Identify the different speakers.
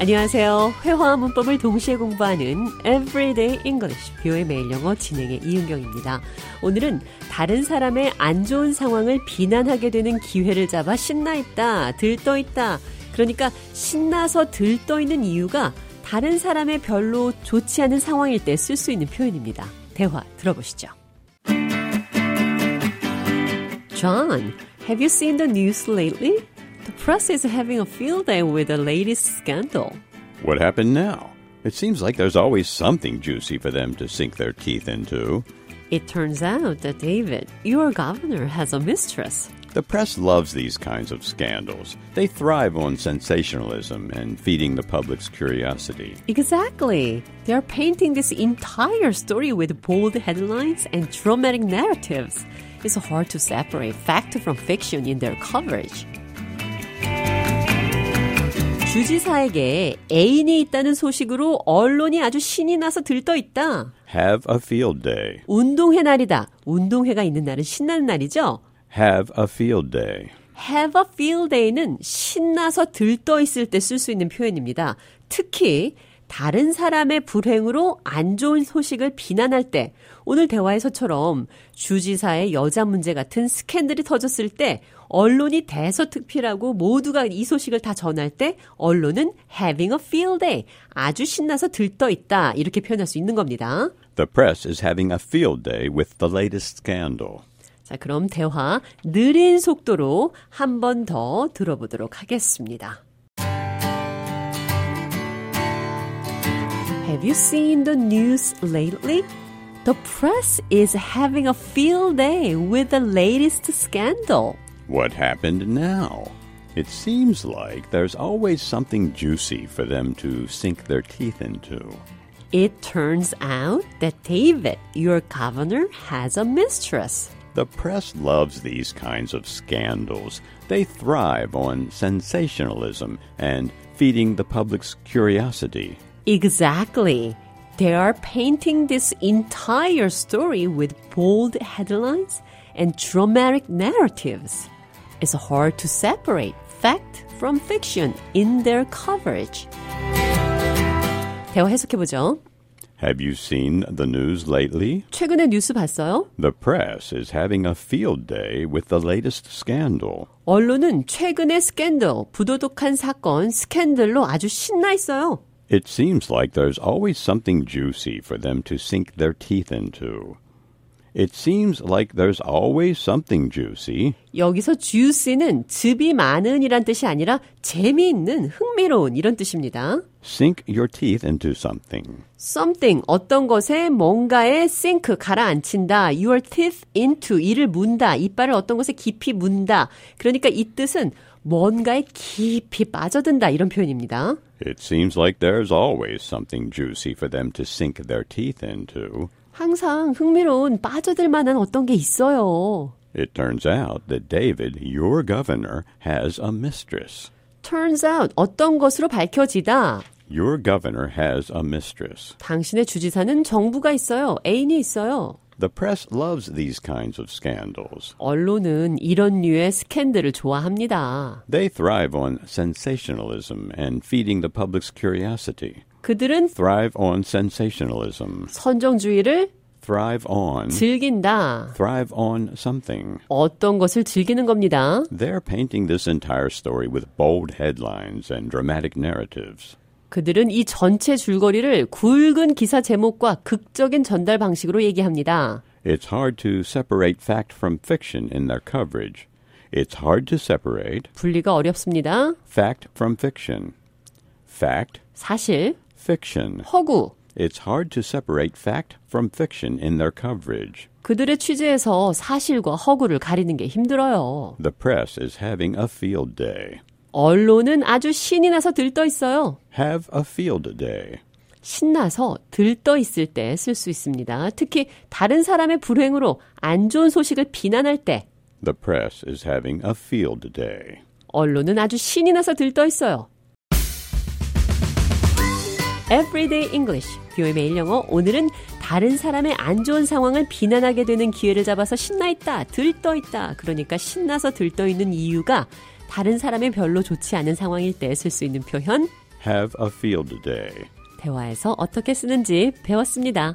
Speaker 1: 안녕하세요. 회화와 문법을 동시에 공부하는 Everyday English, 뷰의 매일 영어 진행의 이은경입니다. 오늘은 다른 사람의 안 좋은 상황을 비난하게 되는 기회를 잡아 신나 있다, 들떠 있다. 그러니까 신나서 들떠 있는 이유가 다른 사람의 별로 좋지 않은 상황일 때 쓸 수 있는 표현입니다. 대화 들어보시죠. John, have you seen the news lately? The press is having a field day with the latest scandal.
Speaker 2: What happened now? It seems like there's always something juicy for them to sink their teeth into.
Speaker 1: It turns out that David, your governor, has a mistress.
Speaker 2: The press loves these kinds of scandals. They thrive on sensationalism and feeding the public's curiosity.
Speaker 1: Exactly. They are painting this entire story with bold headlines and dramatic narratives. It's hard to separate fact from fiction in their coverage. 주지사에게 애인이 있다는 소식으로 언론이 아주 신이 나서 들떠 있다.
Speaker 2: Have a field day.
Speaker 1: 운동회 날이다. 운동회가 있는 날은 신나는 날이죠.
Speaker 2: Have a field day.
Speaker 1: Have a field day는 신나서 들떠 있을 때 쓸 수 있는 표현입니다. 특히 다른 사람의 불행으로 안 좋은 소식을 비난할 때, 오늘 대화에서처럼 주지사의 여자 문제 같은 스캔들이 터졌을 때, 언론이 대서특필하고 모두가 이 소식을 다 전할 때, 언론은 having a field day, 아주 신나서 들떠 있다, 이렇게 표현할 수 있는 겁니다.
Speaker 2: The press is having a field day with the latest scandal.
Speaker 1: 자, 그럼 대화 느린 속도로 한 번 더 들어보도록 하겠습니다. Have you seen the news lately? The press is having a field day with the latest scandal.
Speaker 2: What happened now? It seems like there's always something juicy for them to sink their teeth into.
Speaker 1: It turns out that David, your governor, has a mistress.
Speaker 2: The press loves these kinds of scandals. They thrive on sensationalism and feeding the public's curiosity.
Speaker 1: Exactly. They are painting this entire story with bold headlines and dramatic narratives. It's hard to separate fact from fiction in their coverage. 대화 해석해보죠.
Speaker 2: Have you seen the news lately?
Speaker 1: 최근에 뉴스 봤어요?
Speaker 2: The press is having a field day with the latest scandal.
Speaker 1: 언론은 최근의 스캔들, 부도덕한 사건, 스캔들로 아주 신나 있어요.
Speaker 2: It seems like there's always something juicy for them to sink their teeth into. It seems like there's always something juicy.
Speaker 1: 여기서 juicy는 즙이 많은이란 뜻이 아니라 재미있는, 흥미로운 이런 뜻입니다.
Speaker 2: Sink your teeth into something.
Speaker 1: something 어떤 것에 뭔가에 sink 가라앉힌다. your teeth into 이를 문다. 이빨을 어떤 것에 깊이 문다. 그러니까 이 뜻은 뭔가에 깊이 빠져든다 이런 표현입니다.
Speaker 2: It seems like there's always something juicy for them to sink their teeth into.
Speaker 1: 항상 흥미로운 빠져들 만한 어떤 게 있어요.
Speaker 2: It turns out that David, your governor, has a mistress.
Speaker 1: turns out 어떤 것으로 밝혀지다.
Speaker 2: Your governor has a mistress.
Speaker 1: 당신의 주지사는 정부가 있어요. 애인이 있어요.
Speaker 2: The press loves these kinds of scandals.
Speaker 1: 언론은 이런 류의 스캔들을 좋아합니다.
Speaker 2: They thrive on sensationalism and feeding the public's curiosity.
Speaker 1: 그들은
Speaker 2: Thrive on sensationalism.
Speaker 1: 선정주의를
Speaker 2: Thrive on.
Speaker 1: 즐긴다.
Speaker 2: Thrive on something.
Speaker 1: 어떤 것을 즐기는 겁니다.
Speaker 2: They're painting this entire story with bold headlines and dramatic narratives.
Speaker 1: 그들은 이 전체 줄거리를 굵은 기사 제목과 극적인 전달 방식으로 얘기합니다.
Speaker 2: It's hard to separate fact from fiction in their coverage. It's hard to separate
Speaker 1: 분리가 어렵습니다.
Speaker 2: fact from fiction. Fact,
Speaker 1: 사실,
Speaker 2: fiction.
Speaker 1: 허구.
Speaker 2: It's hard to separate fact from fiction in their coverage.
Speaker 1: 그들의 취재에서 사실과 허구를 가리는 게 힘들어요.
Speaker 2: The press is having a field day.
Speaker 1: 언론은 아주 신이 나서 들떠 있어요.
Speaker 2: Have a field day.
Speaker 1: 신나서 들떠 있을 때 쓸 수 있습니다. 특히 다른 사람의 불행으로 안 좋은 소식을 비난할 때
Speaker 2: The press is having a field day.
Speaker 1: 언론은 아주 신이 나서 들떠 있어요. Everyday English, 뷰의 매일 영어. 오늘은 다른 사람의 안 좋은 상황을 비난하게 되는 기회를 잡아서 신나 있다, 들떠 있다. 그러니까 신나서 들떠 있는 이유가 다른 사람의 별로 좋지 않은 상황일 때 쓸 수 있는 표현
Speaker 2: Have a field day.
Speaker 1: 대화에서 어떻게 쓰는지 배웠습니다.